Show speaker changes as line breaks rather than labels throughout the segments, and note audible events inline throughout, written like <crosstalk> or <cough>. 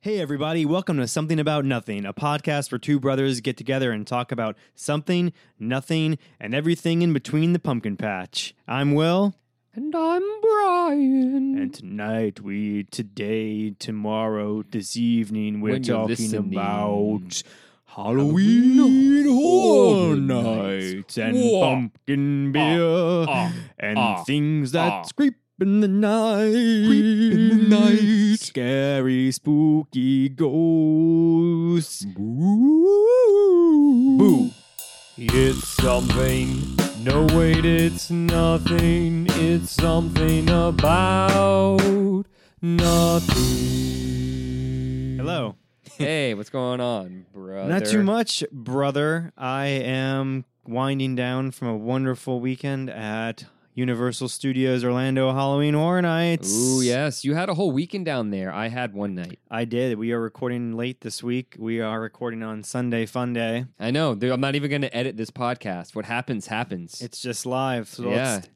Hey, everybody, welcome to Something About Nothing, a podcast where two brothers get together and talk about something, nothing, and everything in between the pumpkin patch. I'm Will,
And I'm Brian.
and tonight we, today, tomorrow, this evening, we're
When you're
talking
listening.
about Halloween Horror
Horror
Nights,
Nights.
and
Wah.
pumpkin beer
ah,
and
ah,
things that
ah.
creep in the night.
Creep in the night.
Scary, spooky ghosts.
Boo.
Boo. It's something. No, wait, it's nothing. It's something about nothing. Hello.
Hey, what's going on, brother?
Not too much, brother. I am winding down from a wonderful weekend at Universal Studios Orlando Halloween Horror Nights.
Ooh, yes. You had a whole weekend down there. I had one night.
I did. We are recording late this week. We are recording on Sunday Fun Day.
I know. dude, I'm not even going to edit this podcast. What happens, happens.
It's just live. So
yeah.
let's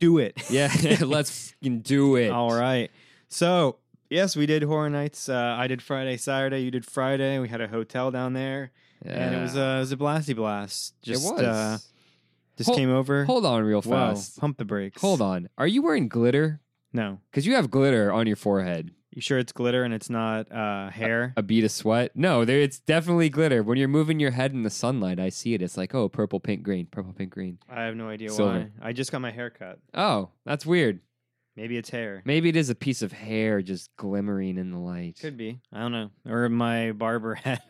do it. <laughs>
yeah. <laughs> Let's fucking do it.
All right. So, yes, we did Horror Nights. Uh, I did Friday, Saturday. You did Friday. We had a hotel down there. And it was, uh, it was a blasty blast. Just,
it was.
Uh, just
Hol-
came over.
Hold on, real
Wow.
fast.
Pump the brakes.
Hold on. Are you wearing glitter?
No.
Because you have glitter on your forehead.
You sure it's glitter and it's not uh, hair?
a bead of sweat. No, there it's definitely glitter. When you're moving your head in the sunlight, I see it. It's like, oh, purple, pink, green, purple, pink, green.
I have no idea
Silver.
why. I just got my hair cut.
Oh, that's weird.
Maybe it's hair.
Maybe it is a piece of hair just glimmering in the light.
Could be. I don't know. Or my barber <laughs> had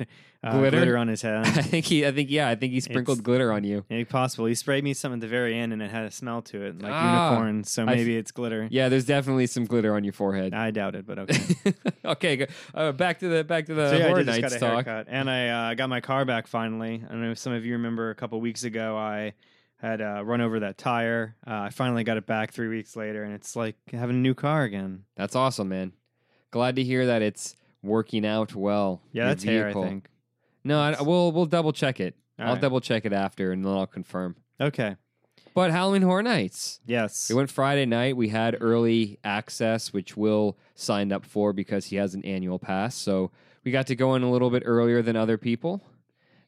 uh,
Glitter?
glitter on his head.
<laughs> <laughs> I think he I think yeah, I think he sprinkled
It's-
glitter
<laughs>
on you.
Yeah, possible. He sprayed me some at the very end, and it had a smell to it, like
Ah,
unicorn. So
I
maybe it's glitter.
Yeah, there's definitely some glitter on your forehead.
I doubt it, but okay.
<laughs> okay, go, uh, back to the back to the
so yeah, I
horror
did just got
nights
a
talk.
haircut, and I uh, got my car back finally. I don't know if some of you remember a couple weeks ago, I had uh, run over that tire. Uh, I finally got it back three weeks later, and it's like having a new car again.
That's awesome, man. Glad to hear that it's working out well.
Yeah,
your
that's hair, I
vehicle.
think.
No, I, we'll we'll double check it.
All
I'll
right.
double check it after, and then I'll confirm.
Okay.
But Halloween Horror Nights.
Yes.
It went Friday night. We had early access, which Will signed up for because he has an annual pass. So we got to go in a little bit earlier than other people.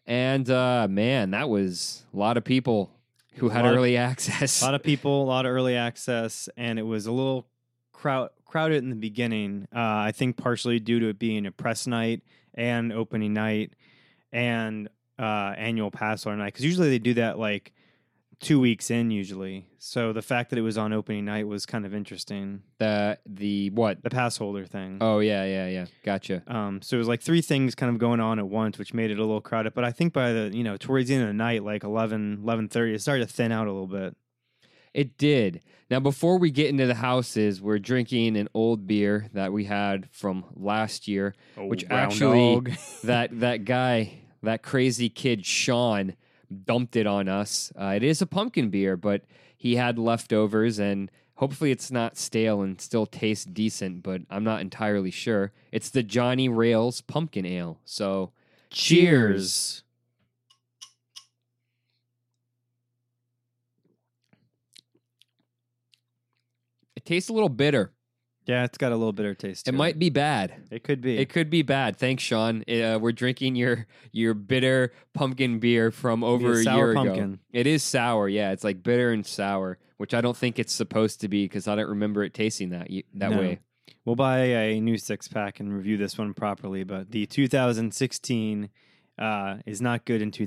And uh, man, that was a lot of people who
was a
had
lot of-
early <laughs>
a
access.
lot of people, a lot of early access, and it was a little crowd crowded in the beginning. Uh, I think partially due to it being a press night and opening night and uh, annual pass holder night, because usually they do that like two weeks in usually. So the fact that it was on opening night was kind of interesting.
the the what?
The pass holder thing.
Oh yeah, yeah, yeah. Gotcha.
Um, so it was like three things kind of going on at once, which made it a little crowded. But I think by the you know towards the end of the night, like 11, 11.30, it started to thin out a little bit.
It did. Now, before we get into the houses, we're drinking an old beer that we had from last year. Which round actually- dog. that that guy, that crazy kid Sean, dumped it on us. Uh, it is a pumpkin beer, but he had leftovers, and hopefully it's not stale and still tastes decent. But I'm not entirely sure. It's the Johnny Rails Pumpkin Ale. So Cheers. it tastes a little bitter.
Yeah, it's got a little bitter taste.
It
to
might be bad.
It could be.
It could be bad. Thanks, Sean. Uh, we're drinking your your bitter pumpkin beer from over a
sour
year ago.
pumpkin.
It is sour. Yeah, it's like bitter and sour, which I don't think it's supposed to be because I don't remember it tasting that y- that
No.
way.
We'll buy a new six pack and review this one properly, but the 2016 uh, is not good in
<laughs> Yeah,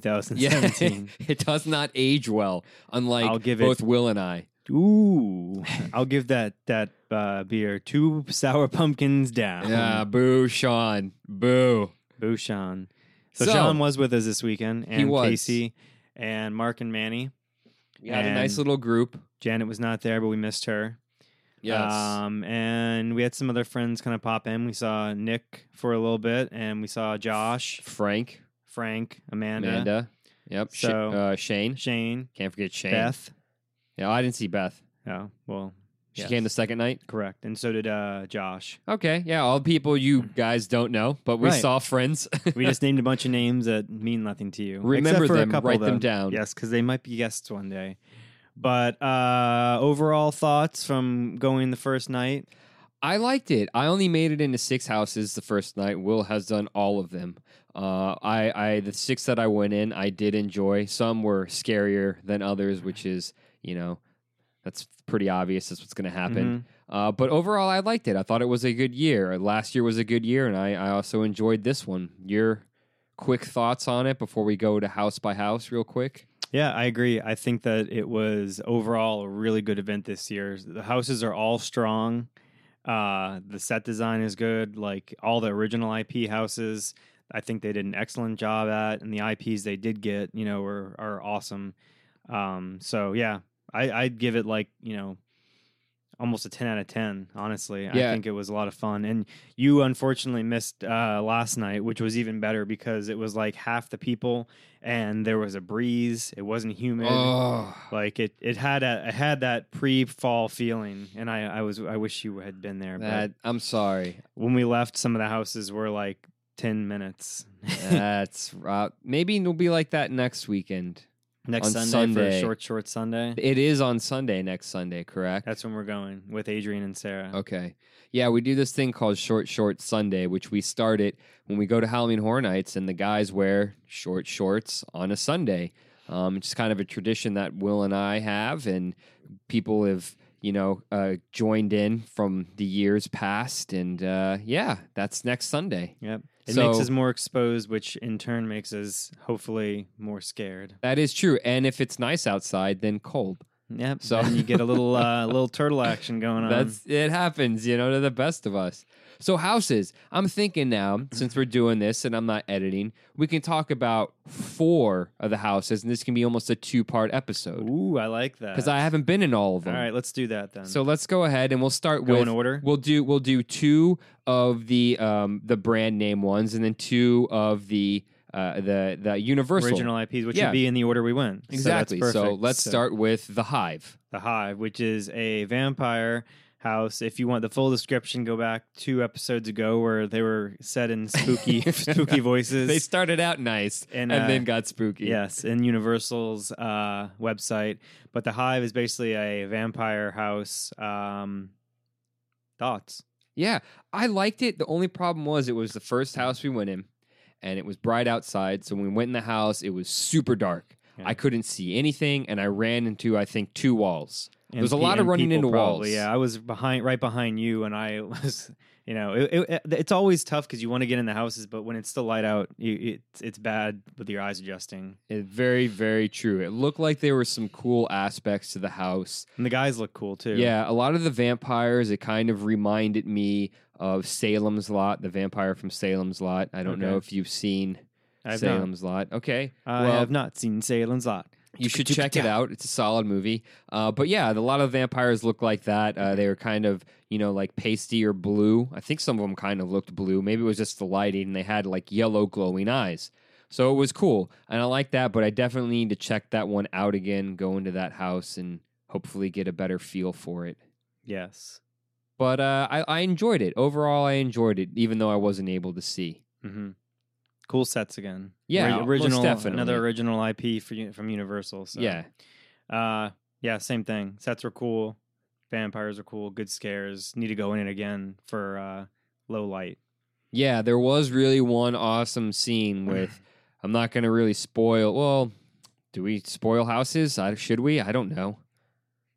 2017.
it does not age well. Unlike
I'll give it-
both Will and I.
Ooh, I'll give that that uh, beer two sour pumpkins down.
Yeah, boo, Sean. Boo.
Boo, Sean. So,
So-
Sean was with us this weekend, and
was.
Casey, and Mark and Manny.
We had a nice
And-
little group.
Janet was not there, but we missed her.
Yes.
Um, and we had some other friends kind of pop in. We saw Nick for a little bit, and we saw Josh,
Frank,
Frank, Amanda,
Amanda. Yep. Sh-
So-
uh, Shane.
Shane,
Can't forget Shane.
Beth.
Yeah, I didn't see Beth.
Oh, well,
She
yes.
came the second night.
correct. And so did uh,
<laughs>
Josh.
Okay, yeah, all the people you guys don't know, but we
Hmm. Right.
saw friends.
We just named a bunch of names that mean nothing to you.
<laughs> Remember
Except for
them,
a couple,
write them
though.
down.
Yes, because they might be guests one day. But uh, overall thoughts from going the first night?
I liked it. I only made it into six houses the first night. Will has done all of them. Uh, I, I, the six that I went in, I did enjoy. Some were scarier than others, which is, you know, that's pretty obvious. That's what's going to happen.
Mm-hmm.
Uh, but overall, I liked it. I thought it was a good year. Last year was a good year, and I, I also enjoyed this one. Your quick thoughts on it before we go to house by house, real quick.
Yeah, I agree. I think that it was overall a really good event this year. The houses are all strong. Uh, the set design is good. Like all the original IP houses, I think they did an excellent job at, and the IPs they did get, you know, were are awesome. Um, so yeah, I, I'd give it like you know almost a 10 out of 10 honestly i
Yeah.
think it was a lot of fun and you unfortunately missed uh, last night which was even better because it was like half the people and there was a breeze it wasn't humid
Oh,
like it, it had a it had that pre-fall feeling and i i was i wish you had been there
that, I'm sorry.
but when we left some of the houses were like 10 minutes
That's <laughs> uh, maybe it'll be like that next weekend.
next
On
sunday, for
Sunday.
a short short sunday
It is on Sunday next Sunday, correct?
that's when we're going with adrian and sarah
Okay. Yeah, we do this thing called Short Short Sunday, which we start it when we go to Halloween Horror Nights, and the guys wear short shorts on a Sunday. Um, it's just kind of a tradition that Will and I have, and people have, you know, uh, joined in from the years past. And uh, yeah, that's next Sunday.
Yep. It
So-
makes us more exposed, which in turn makes us hopefully more scared.
That is true. And if it's nice outside, then cold.
Yep.
So-
So you get a little uh, little turtle action going on.
<laughs>
um,
That's it happens, you know, to the best of us. So houses, I'm thinking now
Mm-hmm.
since we're doing this and I'm not editing, we can talk about four of the houses, and this can be almost a two part episode
Ooh, I like that.
because I haven't been in all of
All
them.
right, let's do that then.
So let's go ahead and we'll start
go
with
in order.
we'll do we'll do two of the um the brand name ones, and then two of the uh the the universal.
Original IPs, which
Yeah.
would be in the order we went. So that's
Exactly. So,
perfect.
let's start with the hive.
the Hive, which is a vampire house. If you want the full description, go back two episodes ago where they were said in
<laughs>
spooky spooky voices.
They started out nice and,
And, uh,
then got spooky.
Yes, in Universal's uh, website. But the Hive is basically a vampire house. Um, thoughts?
Yeah, I liked it. The only problem was it was the first house we went in, and it was bright outside. So when we went in the house, it was super dark.
Yeah.
I couldn't see anything, and I ran into I think two walls.
And
There's a
pe-
lot of
and
running
people
into walls.
Yeah, I was behind, right behind you, and I <laughs> was, you know, it, it, it's always tough because you want to get in the houses, but when it's still light out, you, it's it's bad with your eyes adjusting.
It, Eh, very, very true. It looked like there were some cool aspects to the house.
And the guys look cool too.
Yeah, a lot of the vampires. It kind of reminded me of Salem's Lot, the vampire from Salem's Lot. I don't know
Okay.
if you've seen
I've not,
Salem's Lot. Okay,
I have not seen Salem's Lot.
You should check it out. It's a solid movie. Uh, but yeah, a lot of vampires look like that. Uh, they were kind of, you know, like pasty or blue. I think some of them kind of looked blue. Maybe it was just the lighting and they had like yellow glowing eyes. So it was cool. And I like that, but I definitely need to check that one out again, go into that house and hopefully get a better feel for it.
Yes.
But uh, I, I enjoyed it. Overall, I enjoyed it, even though I wasn't able to see.
Mm-hmm. Cool sets again.
Yeah, most
original.
definitely.
Another original IP for, Uni- from Universal. So.
Yeah.
Uh, yeah, same thing. Sets were cool. Vampires are cool. Good scares. Need to go in it again for uh, low light.
Yeah, there was really one awesome scene with. I'm not going to really spoil. Well, do we spoil houses? I, should we? I don't know.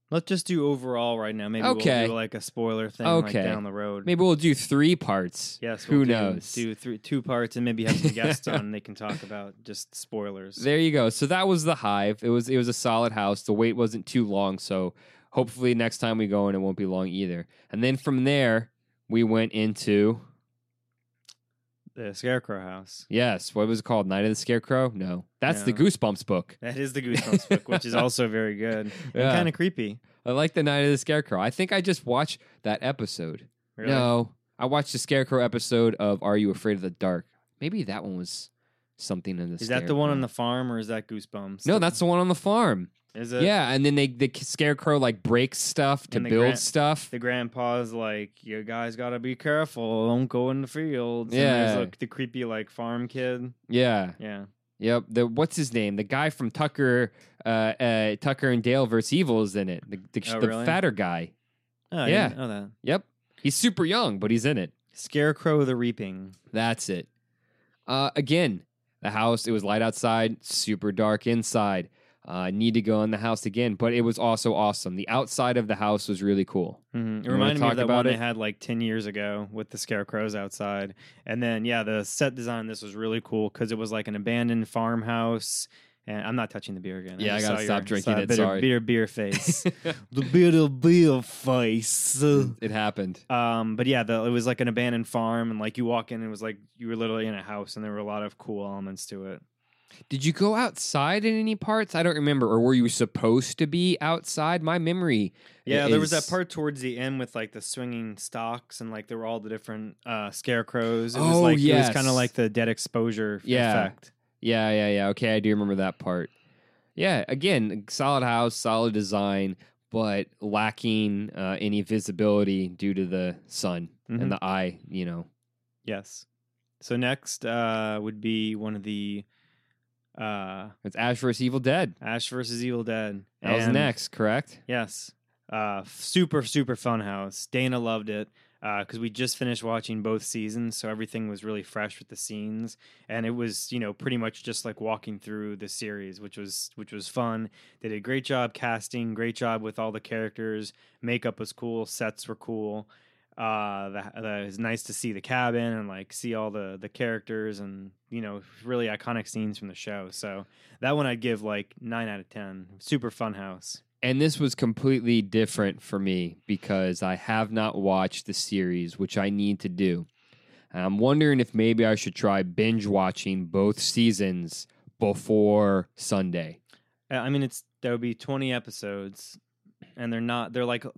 Let's just do overall right now. Maybe
Okay.
we'll do like a spoiler thing
Okay.
like down the road.
Maybe we'll do three parts.
Yes.
Who
we'll do-
knows?
Do three, two parts and maybe have some guests
<laughs>
on. They can talk about just spoilers.
There you go. So that was the hive. It was it was a solid house. The wait wasn't too long, so hopefully next time we go in, it won't be long either. And then from there, we went into
the Scarecrow House.
yes, what was it called? Night of the Scarecrow? No, that's the
No.
Goosebumps book.
That is the Goosebumps book, which is also very good
Yeah.
and kind of creepy.
I like the Night of the Scarecrow. I think I just watched that episode.
Really.
No, I watched the Scarecrow episode of Are You Afraid of the Dark? Maybe that one was something in the.
Is that the one on the
Scarecrow.
farm or is that Goosebumps?
No, that's the one on the farm.
is it.
Yeah, and then they the Scarecrow like breaks stuff to
And the
build
gra-
stuff.
the grandpa's like, "You guys gotta be careful. Don't go in the fields."
Yeah.
and there's like the creepy like farm kid.
yeah,
Yeah,
yep. The what's his name? The guy from Tucker, uh, uh, Tucker and Dale versus Evil is in it. The the,
Oh,
the
really?
fatter guy.
oh, I
Yeah.
didn't know that.
Yep. He's super young, but he's in it.
Scarecrow the Reaping.
That's it. Uh, again, the house, it was light outside, super dark inside. Uh, need to go in the house again, but it was also awesome. The outside of the house was really cool.
Mhm. It
wanna
reminded me
talk
of that
about
one I
it?
had like 10 years ago with the scarecrows outside. And then, yeah, the set design, on this was really cool because it was like an abandoned farmhouse. And I'm not touching the beer again.
Yeah, I
just
gotta
saw
stop
your-
drinking
saw
it,
bitter-
sorry.
Bitter
<laughs>
beer face. the bitter beer face.
it happened.
Um, but yeah, the, it was like an abandoned farm, and like you walk in, and it was like you were literally in a house, and there were a lot of cool elements to it.
Did you go outside in any parts? I don't remember. Or were you supposed to be outside? My memory.
Yeah,
i-
there was that
is-
part towards the end with like the swinging stocks, and like there were all the different uh, scarecrows. It was
Oh,
like it was kind
yes.
of like the dead exposure
Yeah.
effect.
Yeah, yeah, yeah. Okay, I do remember that part. Yeah, again, solid house, solid design, but lacking uh, any visibility due to the sun
Mhm.
and the eye. You know,
Yes. So next uh, would be one of the uh,
it's Ash vs. Evil Dead.
Ash versus Evil Dead.
That was
And-
next, correct?
Yes. Uh, f- super, super fun house. Dana loved it because we just finished watching both seasons. So everything was really fresh with the scenes. And it was, you know, pretty much just like walking through the series, which was which was fun. They did a great job casting, great job with all the characters. Makeup was cool. Sets were cool. Uh, the, the, it was nice to see the cabin and like see all the the characters and you know really iconic scenes from the show. So that one I'd give like nine out of ten. Super fun house.
And this was completely different for me because I have not watched the series, which I need to do. And I'm wondering if maybe I should try binge watching both seasons before Sunday.
Uh, I mean, it's there would be twenty episodes, and they're not. They're like less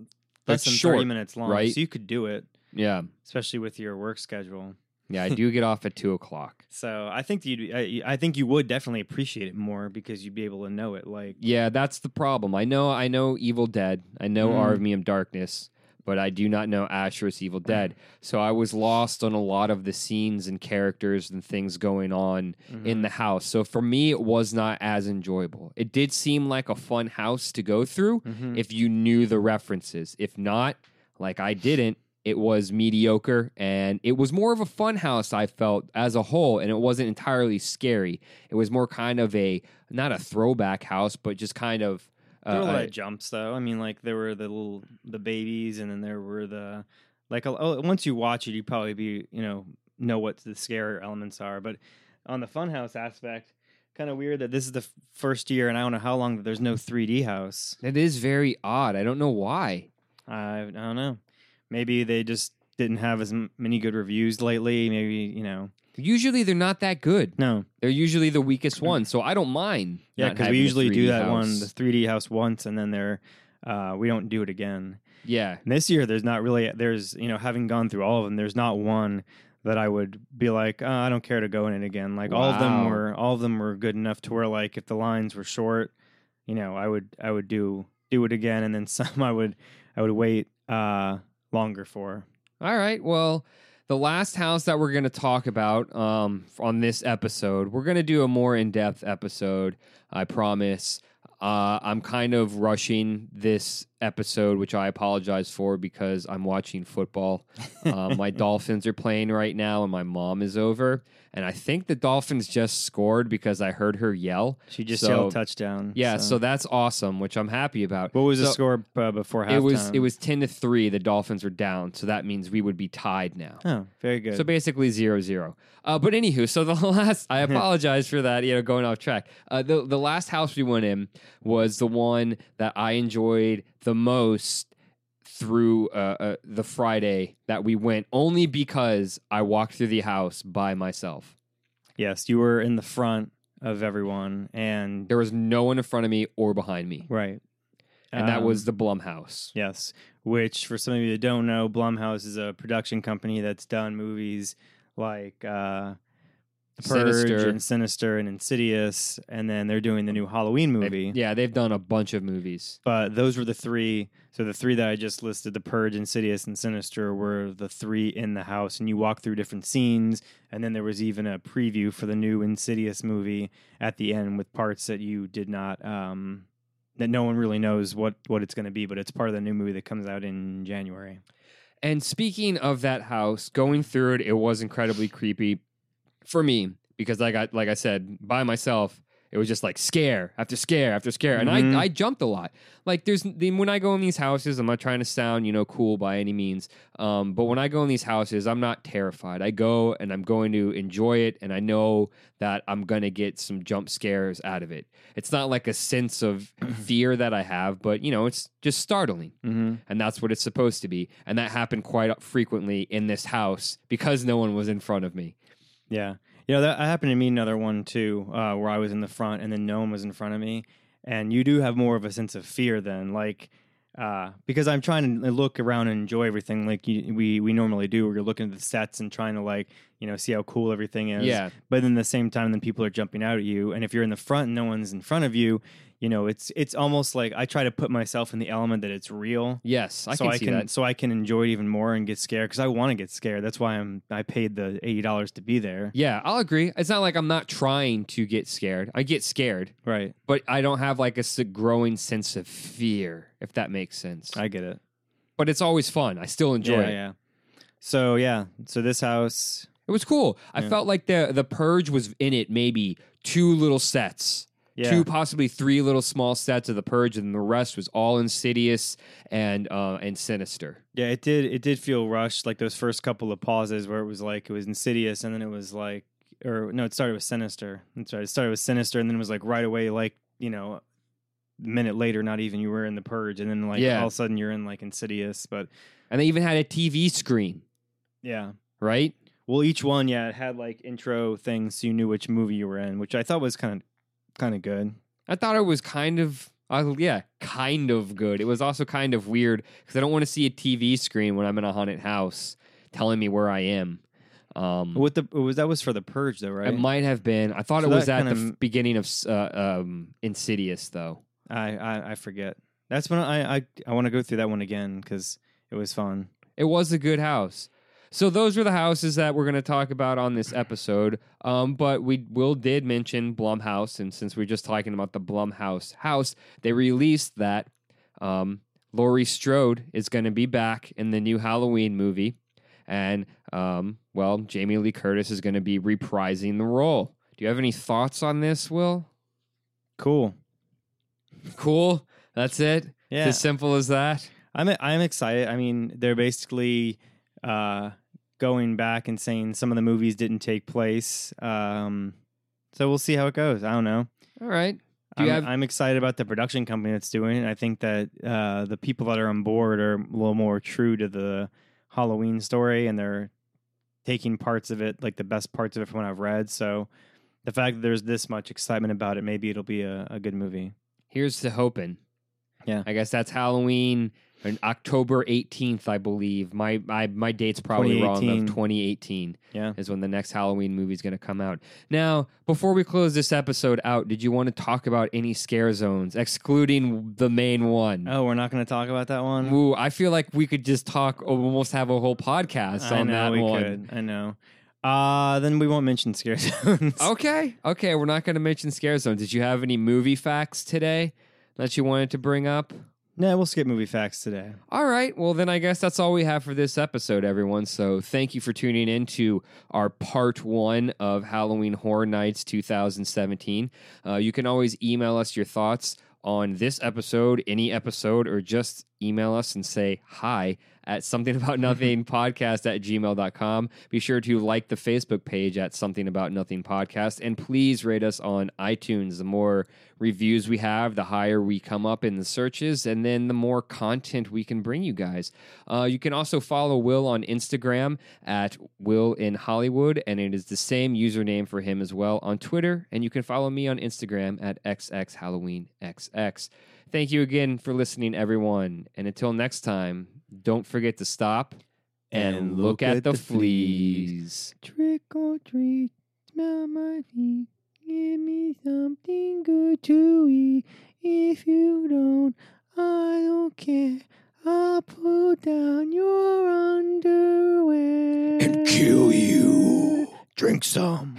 That's
than
short,
thirty minutes long,
right?
so you could do it,
Yeah.
especially with your work schedule.
Yeah, <laughs> I do get off at two o'clock.
So I think you, I, I think you would definitely appreciate it more because you'd be able to know it. Like,
Yeah, that's the problem. I know I know Evil Dead. I know
Mm.
Army of Darkness, but I do not know Asher's Evil Dead. So I was lost on a lot of the scenes and characters and things going on
mm-hmm.
in
Mm.
the house. So for me it was not as enjoyable. It did seem like a fun house to go through
Mhm.
if you knew the references. If not, like I didn't, it was mediocre and it was more of a fun house, I felt as a whole, and it wasn't entirely scary. It was more kind of a not a throwback house, but just kind of uh,
there were a lot
uh,
of jumps, though. I mean, like there were the little the babies, and then there were the like. a- Oh, once you watch it, you probably be you know know what the scare elements are. But on the funhouse aspect, kind of weird that this is the f- first year, and I don't know how long that there's no 3D house.
it is very odd. I don't know why.
I, I don't know. Maybe they just didn't have as m- many good reviews lately. Maybe you know.
Usually they're not that good.
No,
They're usually the weakest one, so I don't mind.
Mm. yeah,
not
because we
having a
usually do
3D
that one,
house.
the 3D house once, and then they're uh, we don't do it again.
yeah,
And this year, there's not really there's you know having gone through all of them, there's not one that I would be like, "Uh, I don't care to go in it again. Like all of them
Wow.
were all of them were good enough to where like if the lines were short, you know, I would I would do do it again, and then <laughs> some I would I would wait uh, longer for.
All right. Well, the last house that we're going to talk about um, on this episode, we're going to do a more in depth episode. I promise. Uh, I'm kind of rushing this episode, which I apologize for because I'm watching football.
<laughs>
Um, my Dolphins are playing right now, and my mom is over. And I think the Dolphins just scored because I heard her yell.
She just
So-
yelled touchdown.
Yeah, so, that's awesome, which I'm happy about.
What was the
So-
score uh, before halftime?
It was it was ten to three. The Dolphins were down, so that means we would be tied now.
Oh, very good.
So basically zero zero. Uh, but anywho, so the <laughs> last
<laughs>
I apologize for that. You know, going off track. Uh, the the last house we went in was the one that I enjoyed the most through uh, uh, the Friday that we went, only because I walked through the house by myself.
yes, you were in the front of everyone, and
There was no one in front of me or behind me,
right,
and that
Um,
was the Blum house.
yes. Which, for some of you that don't know, Blumhouse is a production company that's done movies like uh, The Purge
Sinister.
and Sinister and Insidious, and then they're doing the new Halloween
They've-
movie.
yeah, they've done a bunch of movies.
But those were the three. So the three that I just listed, The Purge, Insidious, and Sinister, were the three in the house. And you walk through different scenes. And then there was even a preview for the new Insidious movie at the end with parts that you did not, um, that no one really knows what, what it's going to be. But it's part of the new movie that comes out in January.
And speaking of that house, going through it, it was incredibly creepy for me because I got, like I said, by myself. It was just like scare after scare after scare, and
Mhm.
I, I jumped a lot. Like there's the- when I go in these houses, I'm not trying to sound you know cool by any means, um, but when I go in these houses, I'm not terrified. I go and I'm going to enjoy it, and I know that I'm gonna get some jump scares out of it. It's not like a sense of fear that I have, but you know it's just startling
Mm-hmm.
and that's what it's supposed to be. And that happened quite frequently in this house because no one was in front of me.
Yeah. You know, that happened to me another one too, uh, where I was in the front and then Gnome was in front of me. And you do have more of a sense of fear then, like, uh, because I'm trying to look around and enjoy everything like you, we, we normally do, where you're looking at the sets and trying to, like, you know, see how cool everything is.
Yeah,
But then at the same time, then people are jumping out at you. And if you're in the front and no one's in front of you, you know, it's it's almost like I try to put myself in the element that it's real.
yes, I
so
can
I
see
can
that.
so I can enjoy it even more and get scared because I want to get scared. That's why I'm I paid the eighty dollars to be there.
Yeah, I'll agree. It's not like I'm not trying to get scared. I get scared,
Right.
but I don't have like a s- growing sense of fear, if that makes sense.
I get it.
but it's always fun. I still enjoy
yeah,
it.
yeah. So yeah, so this house,
It was cool. I
Yeah.
felt like the the purge was in it maybe two little sets.
yeah,
two possibly three little small sets of the purge and the rest was all insidious and uh and sinister
yeah, it did. It did feel rushed, like those first couple of pauses where it was like it was insidious, and then it was like, or no, it started with sinister. That's right. It started with sinister, and then it was like right away, like you know, a minute later, not even you were in the purge, and then like
Yeah.
all of a sudden you're in like insidious. But
and they even had a TV screen,
yeah,
right?
well, each one, yeah, it had like intro things, so you knew which movie you were in, which I thought was kind of kind of good.
I thought it was kind of, uh, yeah, kind of good. It was also kind of weird because I don't want to see a TV screen when I'm in a haunted house telling me where I am. Um,
What the was that was for the purge though, right?
It might have been. I thought
So
it was
that
at the
kinda-
f- beginning of s- uh, um, Insidious, though.
I I, I forget. That's when I I, I want to go through that one again because it was fun.
It was a good house. So those were the houses that we're going to talk about on this episode. Um, but we will did mention Blumhouse, and since we're just talking about the Blumhouse house, they released that um, Laurie Strode is going to be back in the new Halloween movie, and um, well, Jamie Lee Curtis is going to be reprising the role. Do you have any thoughts on this, Will?
Cool.
Cool. That's it. It's
Yeah,
as simple as that.
I'm I'm excited. I mean, they're basically uh, going back and saying some of the movies didn't take place. Um, so we'll see how it goes. I don't know.
All right. Do
I'm,
you have
I'm excited about the production company that's doing it. I think that uh, the people that are on board are a little more true to the Halloween story, and they're taking parts of it, like the best parts of it, from what I've read. So the fact that there's this much excitement about it, maybe it'll be a, a good movie.
Here's to hoping.
Yeah.
I guess that's Halloween and October 18th, I believe. My my, my date's probably wrong of
2018.
2018
Yeah.
is when the next Halloween movie's going to come out. Now, before we close this episode out, did you want to talk about any scare zones excluding the main one?
Oh, we're not going to talk about that one.
Ooh, I feel like we could just talk uh, almost have a whole podcast
I
on
know
that
we
one.
could. I know. Uh, then we won't mention scare <laughs> zones.
Okay. Okay, we're not going to mention scare zones. Did you have any movie facts today that you wanted to bring up?
No, we'll skip movie facts today.
All right. Well, then I guess that's all we have for this episode, everyone. So thank you for tuning in to our part one of Halloween Horror Nights 2017. Uh, you can always email us your thoughts on this episode, any episode, or just email us and say hi at something about nothing podcast at gmail.com. Be sure to like the Facebook page at something about nothing podcast and please rate us on iTunes. The more reviews we have, the higher we come up in the searches, and then the more content we can bring you guys. Uh, you can also follow Will on Instagram at Will in Hollywood, and it is the same username for him as well on Twitter. And you can follow me on Instagram at XXHalloweenXX. Thank you again for listening, everyone. And until next time, don't forget to stop and, look, at, the, fleas.
Trick or treat, smell my feet. Give me something good to eat. If you don't, I don't care. I'll pull down your underwear
and kill you. Drink some.